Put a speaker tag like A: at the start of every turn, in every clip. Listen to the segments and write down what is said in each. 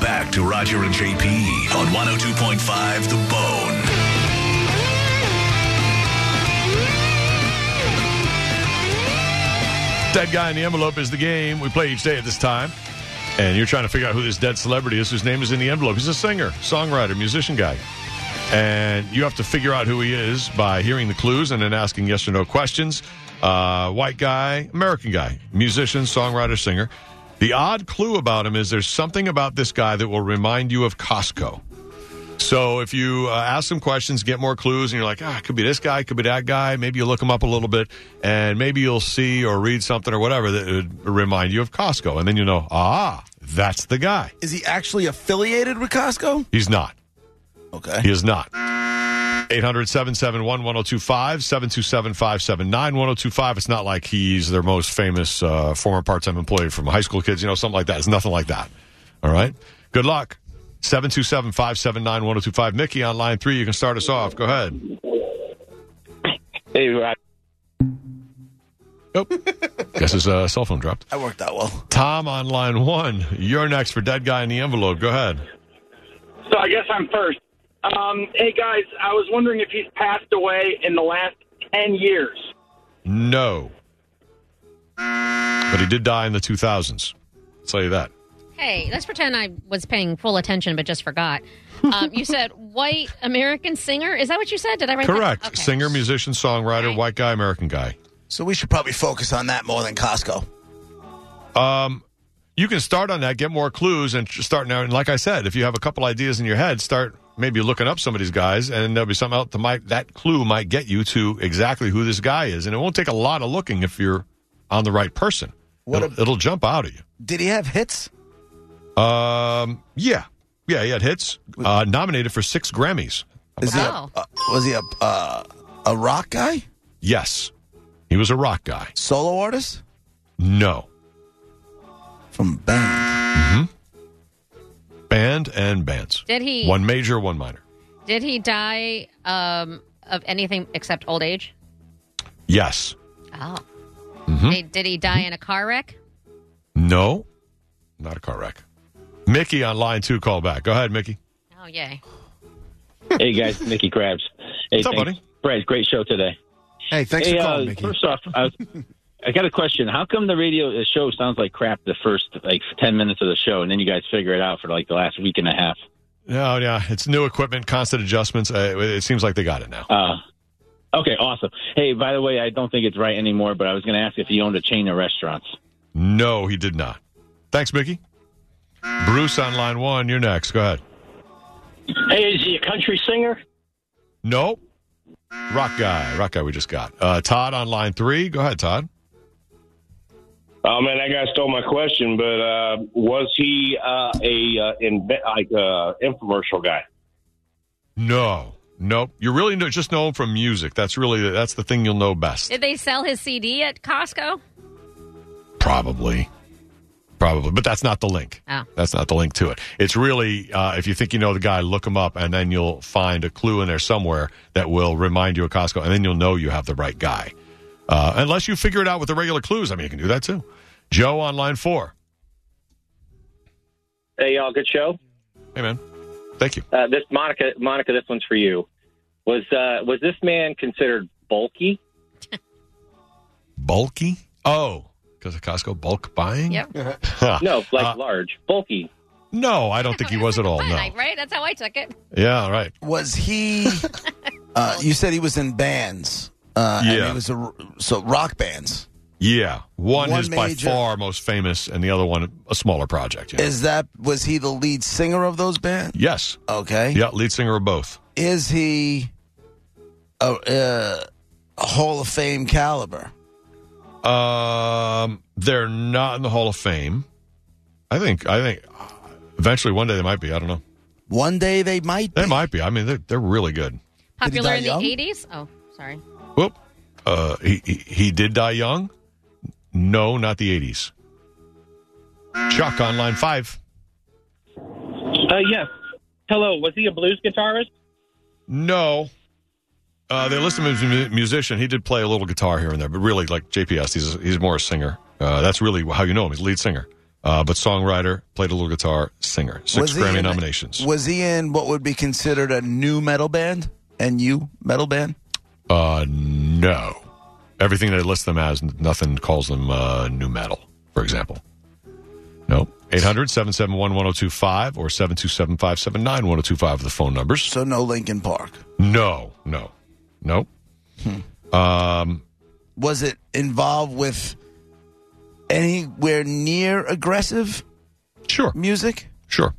A: back to Roger and JP on 102.5 The Bone.
B: Dead guy in the envelope is the game we play each day at this time. And you're trying to figure out who this dead celebrity is whose name is in the envelope. He's a singer, songwriter, musician guy. And you have to figure out who he is by hearing the clues and then asking yes or no questions. Uh, white guy, American guy, musician, songwriter, singer. The odd clue about him is there's something about this guy that will remind you of Costco. So if you uh, ask some questions, get more clues, and you're like, ah, it could be this guy, it could be that guy. Maybe you look him up a little bit, and maybe you'll see or read something or whatever that would remind you of Costco, and then you know, ah, that's the guy.
C: Is he actually affiliated with Costco?
B: He's not.
C: Okay.
B: He is not. 800 771 1025, 727 579 1025. It's not like he's their most famous uh, former part time employee from high school kids, you know, something like that. It's nothing like that. All right. Good luck. 727 579 1025. Mickey on line three. You can start us off. Go ahead.
D: Hey, Rod.
B: Nope. Guess his uh, cell phone dropped.
C: That worked out well.
B: Tom on line one. You're next for Dead Guy in the Envelope. Go ahead.
D: So I guess I'm first. Um, hey, guys, I was wondering if he's passed away in the last 10 years.
B: No. But he did die in the 2000s. I'll tell you that.
E: Hey, let's pretend I was paying full attention but just forgot. Um, you said white American singer. Is that what you said? Did I write that-
B: Correct.
E: Okay.
B: Singer, musician, songwriter,
E: Okay.
B: white guy, American guy.
C: So we should probably focus on that more than Costco.
B: Um, you can start on that, get more clues, and tr- start now. And like I said, if you have a couple ideas in your head, start maybe looking up some of these guys, and there'll be something else that might that clue might get you to exactly who this guy is. And it won't take a lot of looking if you're on the right person.
C: What
B: it'll, it'll jump out at you.
C: Did he have hits?
B: Um, yeah, yeah, he had hits. Uh, nominated for six Grammys.
C: Is
E: Wow.
C: he a, uh, was he a uh, a rock guy?
B: Yes, he was a rock guy.
C: Solo artist
B: No,
C: from band?
B: band and bands.
E: Did he
B: One major, one minor.
E: did he die um, of anything except old age?
B: Yes.
E: Oh.
B: Mm-hmm.
E: Did, did he die in a car wreck?
B: No, not a car wreck. Mickey on line two, call back. Go ahead, Mickey.
E: Oh yay.
D: Hey, guys, Mickey Krabs. Hey,
B: What's up,
D: thanks.
B: buddy?
D: Brad, great show today.
F: Hey, thanks
D: hey,
F: for calling,
D: uh,
F: Mickey.
D: first off, I, was- I got a question. How come the radio the show sounds like crap the first like ten minutes of the show, and then you guys figure it out for like the last week and a half?
B: No, yeah, it's new equipment, constant adjustments. Uh, it it seems like they got it now.
D: Uh, okay, awesome. Hey, by the way, I don't think it's right anymore, but I was going to ask if he owned a chain of restaurants.
B: No, he did not. Thanks, Mickey. Bruce on line one, you're next. Go ahead.
D: Hey, is he a country singer?
B: No, rock guy, rock guy. We just got uh, Todd on line three. Go ahead, Todd.
G: Oh man, that guy stole my question. But uh, was he uh, a uh, inve- like uh, infomercial guy?
B: No, nope. You really know, just know him from music. That's really that's the thing you'll know best.
E: Did they sell his CD at Costco?
B: Probably. Probably. But that's not the link.
E: Oh.
B: That's not the link to it. It's really, uh, if you think you know the guy, look him up, and then you'll find a clue in there somewhere that will remind you of Costco, and then you'll know you have the right guy. Uh, unless you figure it out with the regular clues. I mean, you can do that too. Joe on line four.
H: Hey, y'all, good show.
B: Hey, man. Thank you.
H: Uh, this Monica, Monica, this one's for you. Was uh, was this man considered bulky?
B: Bulky? Oh, because of Costco bulk buying?
E: Yep.
H: No, like
B: Uh,
H: large, bulky.
B: no, I don't think he was at all.
E: Fine,
B: No.
E: like, Right? That's how I took it.
B: Yeah, all right.
C: Was he? uh, you said he was in bands. Uh, and
B: Yeah.
C: he was a r so rock bands.
B: Yeah. One,
C: One
B: is
C: major.
B: by far most famous, and the other one, a smaller project. you know.
C: Is that was he the lead singer of those bands?
B: yes.
C: Okay.
B: Yeah, lead singer of both.
C: Is he a, uh, a Hall of Fame caliber?
B: Um, they're not in the Hall of Fame. I think. I think eventually one day they might be. I don't know.
C: One day they might. Be.
B: They might be. I mean, they're they're really good.
C: Did he
E: Popular
C: die
E: in the
C: young?
E: 80s? Oh, sorry.
B: Whoop. Uh, he he, he did die young. No, not the eighties. Chuck on line five.
H: Uh, yes. Hello, was he a blues guitarist?
B: No. Uh, they list him as a mu- musician. He did play a little guitar here and there, but really, like JPS, he's he's more a singer. Uh, that's really how you know him. He's a lead singer. uh, but songwriter, played a little guitar, singer. Six
C: Was he
B: Grammy
C: in-
B: nominations.
C: Was he in what would be considered a new metal band? And you metal band?
B: Uh, no. Everything they list them as, nothing calls them uh, new metal, for example. No. 800 771 1025 or 727 579 1025 are the phone numbers.
C: So no Linkin Park.
B: No, no, no. Um,
C: Was it involved with anywhere near aggressive
B: sure,
C: music?
B: sure.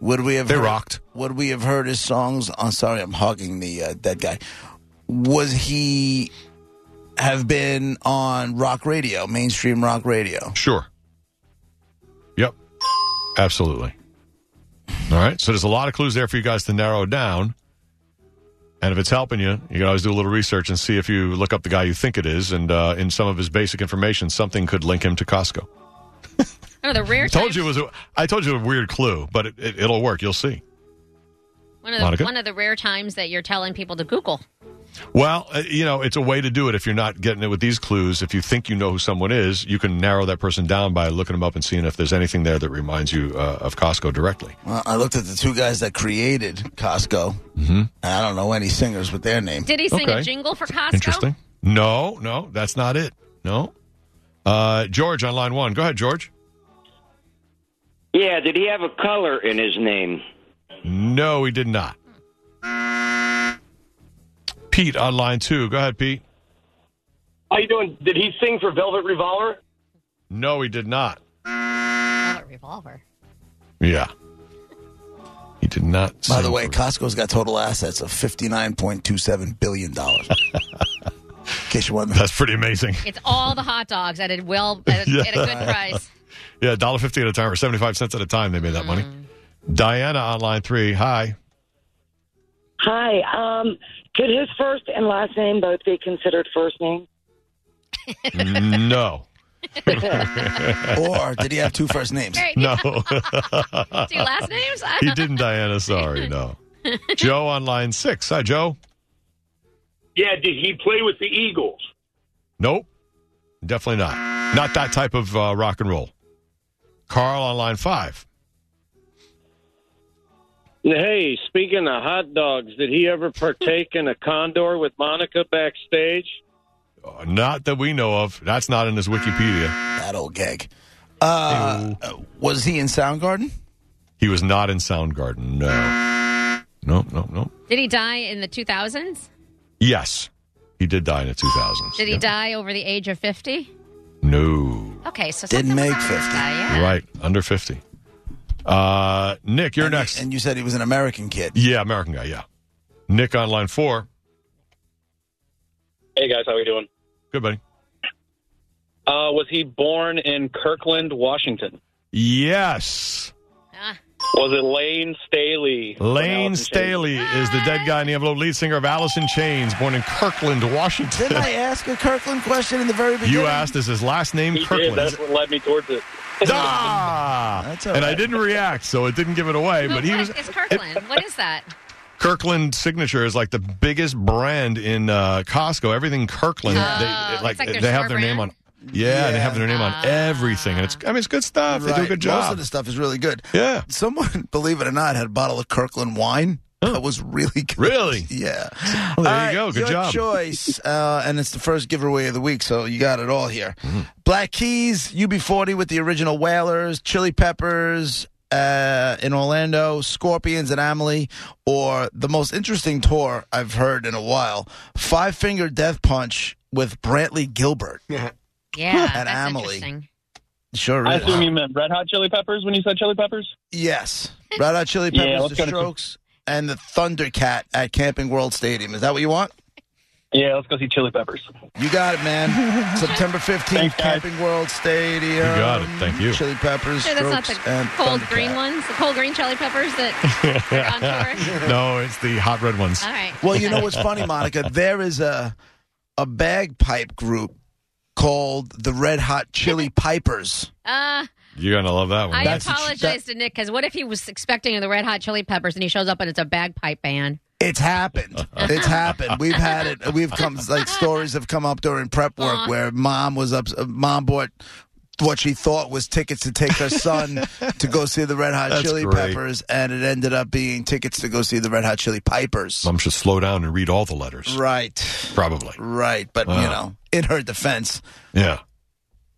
C: Would we have
B: They
C: heard,
B: rocked.
C: Would we have heard his songs? I'm sorry, I'm hogging the uh, dead guy. Was he have been on rock radio, mainstream rock radio?
B: Sure. Yep. Absolutely. All right. So there's a lot of clues there for you guys to narrow down. And if it's helping you, you can always do a little research and see if you look up the guy you think it is. And uh, in some of his basic information, something could link him to Costco.
E: Oh, the rare
B: I told
E: times-
B: you it was a, I told you a weird clue, but it, it, it'll work. You'll see.
E: one of,
B: Monica?
E: the, one of the rare times that you're telling people to Google.
B: Well, uh, you know, it's a way to do it if you're not getting it with these clues. If you think you know who someone is, you can narrow that person down by looking them up and seeing if there's anything there that reminds you uh, of Costco directly.
C: Well, I looked at the two guys that created Costco. Mm-hmm. I don't know any singers with their name.
E: Did he sing
B: Okay.
E: a jingle for Costco?
B: Interesting. No, no, that's not it. No. Uh, George on line one. Go ahead, George.
F: Yeah, did he have a color in his name?
B: No, he did not. Pete on line two. Go ahead, Pete.
G: How you doing? Did he sing for Velvet Revolver?
B: No, he did not.
E: Oh, revolver.
B: Yeah. He did not.
C: By
B: sing
C: the way,
B: for-
C: Costco's got total assets of fifty nine point two seven billion dollars. In case you wonder,
B: that's pretty amazing.
E: It's all the hot dogs at a well at a, at a good price.
B: Yeah, dollar fifty at a time or seventy five cents at a time. They made that money. Diana on line three. Hi.
I: Hi. Um, could his first and last name both be considered first name?
B: no.
C: or did he have two first names?
E: All right,
B: No.
E: do your last names? I
B: he
E: don't-
B: didn't, Diana. Sorry. No. Joe on line six. Hi, Joe.
G: Yeah. Did he play with the Eagles?
B: Nope. Definitely not. Not that type of uh, rock and roll. Carl on line five.
H: Hey, speaking of hot dogs, did he ever partake in a condor with Monica backstage?
B: Uh, not that we know of. That's not in his Wikipedia.
C: That old gag. Uh, was he in Soundgarden?
B: He was not in Soundgarden. No. No, no, no.
E: Did he die in the 2000s?
B: Yes. He did die in the 2000s.
E: Did he
B: Yeah.
E: die over the age of 50?
B: No.
E: Okay, so
C: Didn't
E: something
C: make
E: was-
C: 50.
E: yeah.
B: Right. Under 50. Uh, Nick, you're
C: And you-
B: next.
C: And you said he was an American kid.
B: yeah, American guy. Yeah. Nick on line four.
H: Hey guys, how we doing?
B: Good, buddy.
H: Uh, was he born in Kirkland, Washington?
B: Yes.
E: Ah,
H: Was it Lane Staley? from Alice
B: Lane
H: in Chains?
B: Staley is the dead guy in the envelope lead singer of Alice in Chains, born in Kirkland,
C: Didn't
B: Washington.
C: I ask a Kirkland question in the very beginning?
B: You asked, is his last name
H: He did.
B: Kirkland?
H: That's what led me towards it.
B: Ah!
C: That's all
B: and I
C: right.
B: didn't react, so it didn't give it away.
E: no,
B: But he
E: what?
B: was
E: It's Kirkland. what is that?
B: Kirkland Signature is like the biggest brand in uh, Costco. Everything Kirkland,
E: Oh,
B: they,
E: it's
B: like,
E: like their
B: they have
E: store
B: their name on.
E: brand?
B: Yeah, they
C: Yeah.
B: have their name on everything, and it's I mean it's good stuff. They do a
C: Right.
B: good
C: Most
B: job.
C: of the stuff is really good.
B: yeah,
C: Someone, believe it or not, had a bottle of Kirkland wine. That was really good.
B: Really?
C: Yeah.
B: Well, there
C: All
B: you
C: right,
B: go. Good
C: your
B: job.
C: choice, uh, and it's the first giveaway of the week, so you got it all here.
B: Mm-hmm.
C: Black Keys, UB40 with the original Whalers, Chili Peppers uh, in Orlando, Scorpions and Amelie, or the most interesting tour I've heard in a while, Five Finger Death Punch with Brantley Gilbert.
E: Yeah,
C: At
E: that's
C: Amelie.
E: interesting.
C: Sure
H: I
C: is.
H: assume you meant Red Hot Chili Peppers when you said Chili Peppers.
C: Yes. Red Hot Chili
H: Yeah,
C: Peppers,
H: let's
C: The
H: go to-
C: Strokes, and the Thundercat at Camping World Stadium. Is that what you want?
H: Yeah, let's go see Chili Peppers.
C: You got it, man. September 15th,
H: Thanks, guys.
C: Camping World Stadium. You
B: got it. Thank you.
C: Chili Peppers,
E: Sure, that's not
C: Strokes,
E: the
C: and
E: cold
C: Thundercat.
E: green ones, the cold green chili peppers that are on tour.
B: no, it's the hot red ones.
E: All right.
C: Well, you know what's funny, Monica? There is a a bagpipe group called the Red Hot Chili Pipers.
E: Uh,
B: You're gonna love that one.
E: I
C: That's-
E: apologize to Nick because what if he was expecting the Red Hot Chili Peppers and he shows up and it's a bagpipe band?
C: It's happened. It's happened. We've had
E: Uh-huh.
C: it. We've come like stories have come up during prep work where mom was up. Mom bought what she thought was tickets to take her son to go see the Red Hot
B: That's
C: Chili
B: great.
C: Peppers, and it ended up being tickets to go see the Red Hot Chili Pipers.
B: Mom should slow down and read all the letters.
C: Right,
B: Probably.
C: right. But you
B: Wow.
C: know, in her defense,
B: Yeah.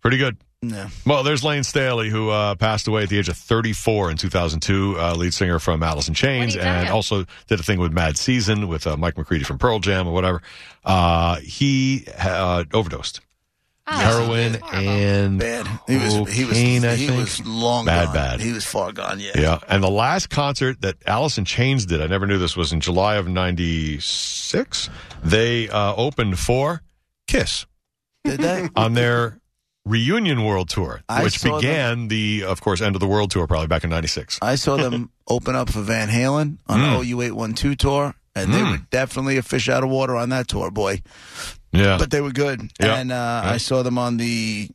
B: Pretty good.
C: no.
B: Well, there's Lane Staley, who uh, passed away at the age of 34 in 2002, uh, lead singer from Alice in Chains,
E: What did he die
B: and
E: of?
B: also did a thing with Mad Season with uh, Mike McCready from Pearl Jam or whatever. Uh, he uh, overdosed. Ah.
E: Oh,
B: Heroin
E: that's horrible.
B: and
C: bad. He was he was
B: cocaine, I
C: he
B: think.
C: was long
B: Bad,
C: gone.
B: bad.
C: He was far gone. Yeah.
B: Yeah, and the last concert that Alice in Chains did, I never knew this, was in July of '96. They uh, opened for Kiss
C: Did they?
B: on their reunion world tour,
C: I
B: which
C: saw
B: began the, of course, end of the world tour probably back in '96.
C: I saw them open up for Van Halen on
B: Mm.
C: the OU812 tour, and
B: Hmm.
C: they were definitely a fish out of water on that tour, boy.
B: Yeah,
C: But they were good.
B: Yeah.
C: And uh,
B: Yeah.
C: I saw them on the,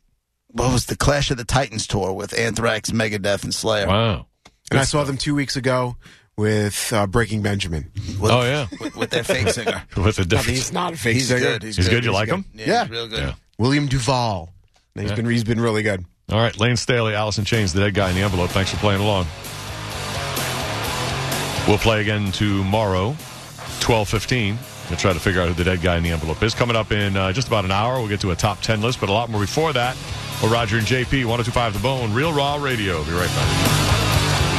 C: what was the Clash of the Titans tour with Anthrax, Megadeth, and Slayer.
B: wow.
J: And I saw them two weeks ago with uh, Breaking Benjamin.
C: With,
B: oh yeah,
C: with, with their fake singer.
B: with a
J: I mean,
B: difference.
J: he's not a fake
C: He's
J: singer.
C: good. He's,
B: He's
C: good.
B: good. You like him?
C: Yeah,
J: Yeah.
C: he's real good.
B: Yeah.
J: William Duvall. And He's
B: Yeah.
J: been he's been really good.
B: All right, Lane Staley, Allison Chains, the dead guy in the envelope. Thanks for playing along. We'll play again tomorrow, twelve fifteen. We'll try to figure out who the dead guy in the envelope is. Coming up in uh, just about an hour, we'll get to a top ten list, but a lot more before that. Well, Roger and JP, 1025 The Bone, Real Raw Radio. Be right back.